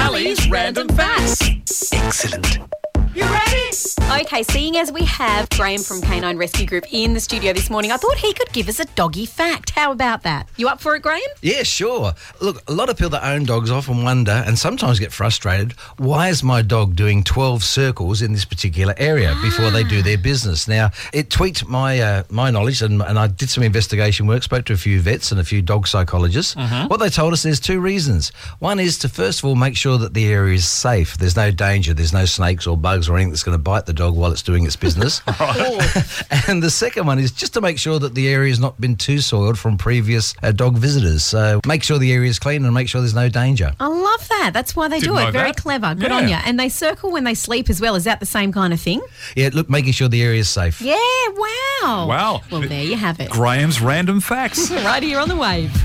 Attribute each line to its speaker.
Speaker 1: Sally's random facts.
Speaker 2: Excellent.
Speaker 1: You ready?
Speaker 3: Okay, seeing as we have Graham from Canine Rescue Group in the studio this morning, I thought he could give us a doggy fact. How about that? You up for it, Graham?
Speaker 2: Yeah, sure. Look, a lot of people that own dogs often wonder and sometimes get frustrated why is my dog doing 12 circles in this particular area before they do their business? Now, it tweaked my uh, my knowledge, and, and I did some investigation work, spoke to a few vets and a few dog psychologists. What they told us there's two reasons. One is to, first of all, make sure that the area is safe, there's no danger, there's no snakes or bugs or anything that's going to bite the dog while it's doing its business. and the second one is just to make sure that the area has not been too soiled from previous uh, dog visitors. So make sure the area is clean and make sure there's no danger.
Speaker 3: I love that. That's why they
Speaker 1: Didn't
Speaker 3: do
Speaker 1: know
Speaker 3: it. Very
Speaker 1: that.
Speaker 3: clever. Good
Speaker 1: Yeah.
Speaker 3: on you. And they circle when they sleep as well. Is that the same kind of thing?
Speaker 2: Yeah, look, making sure the area is safe.
Speaker 3: Yeah, wow.
Speaker 1: Wow.
Speaker 3: Well, there you have it.
Speaker 1: Graham's random facts.
Speaker 3: Right here on the wave.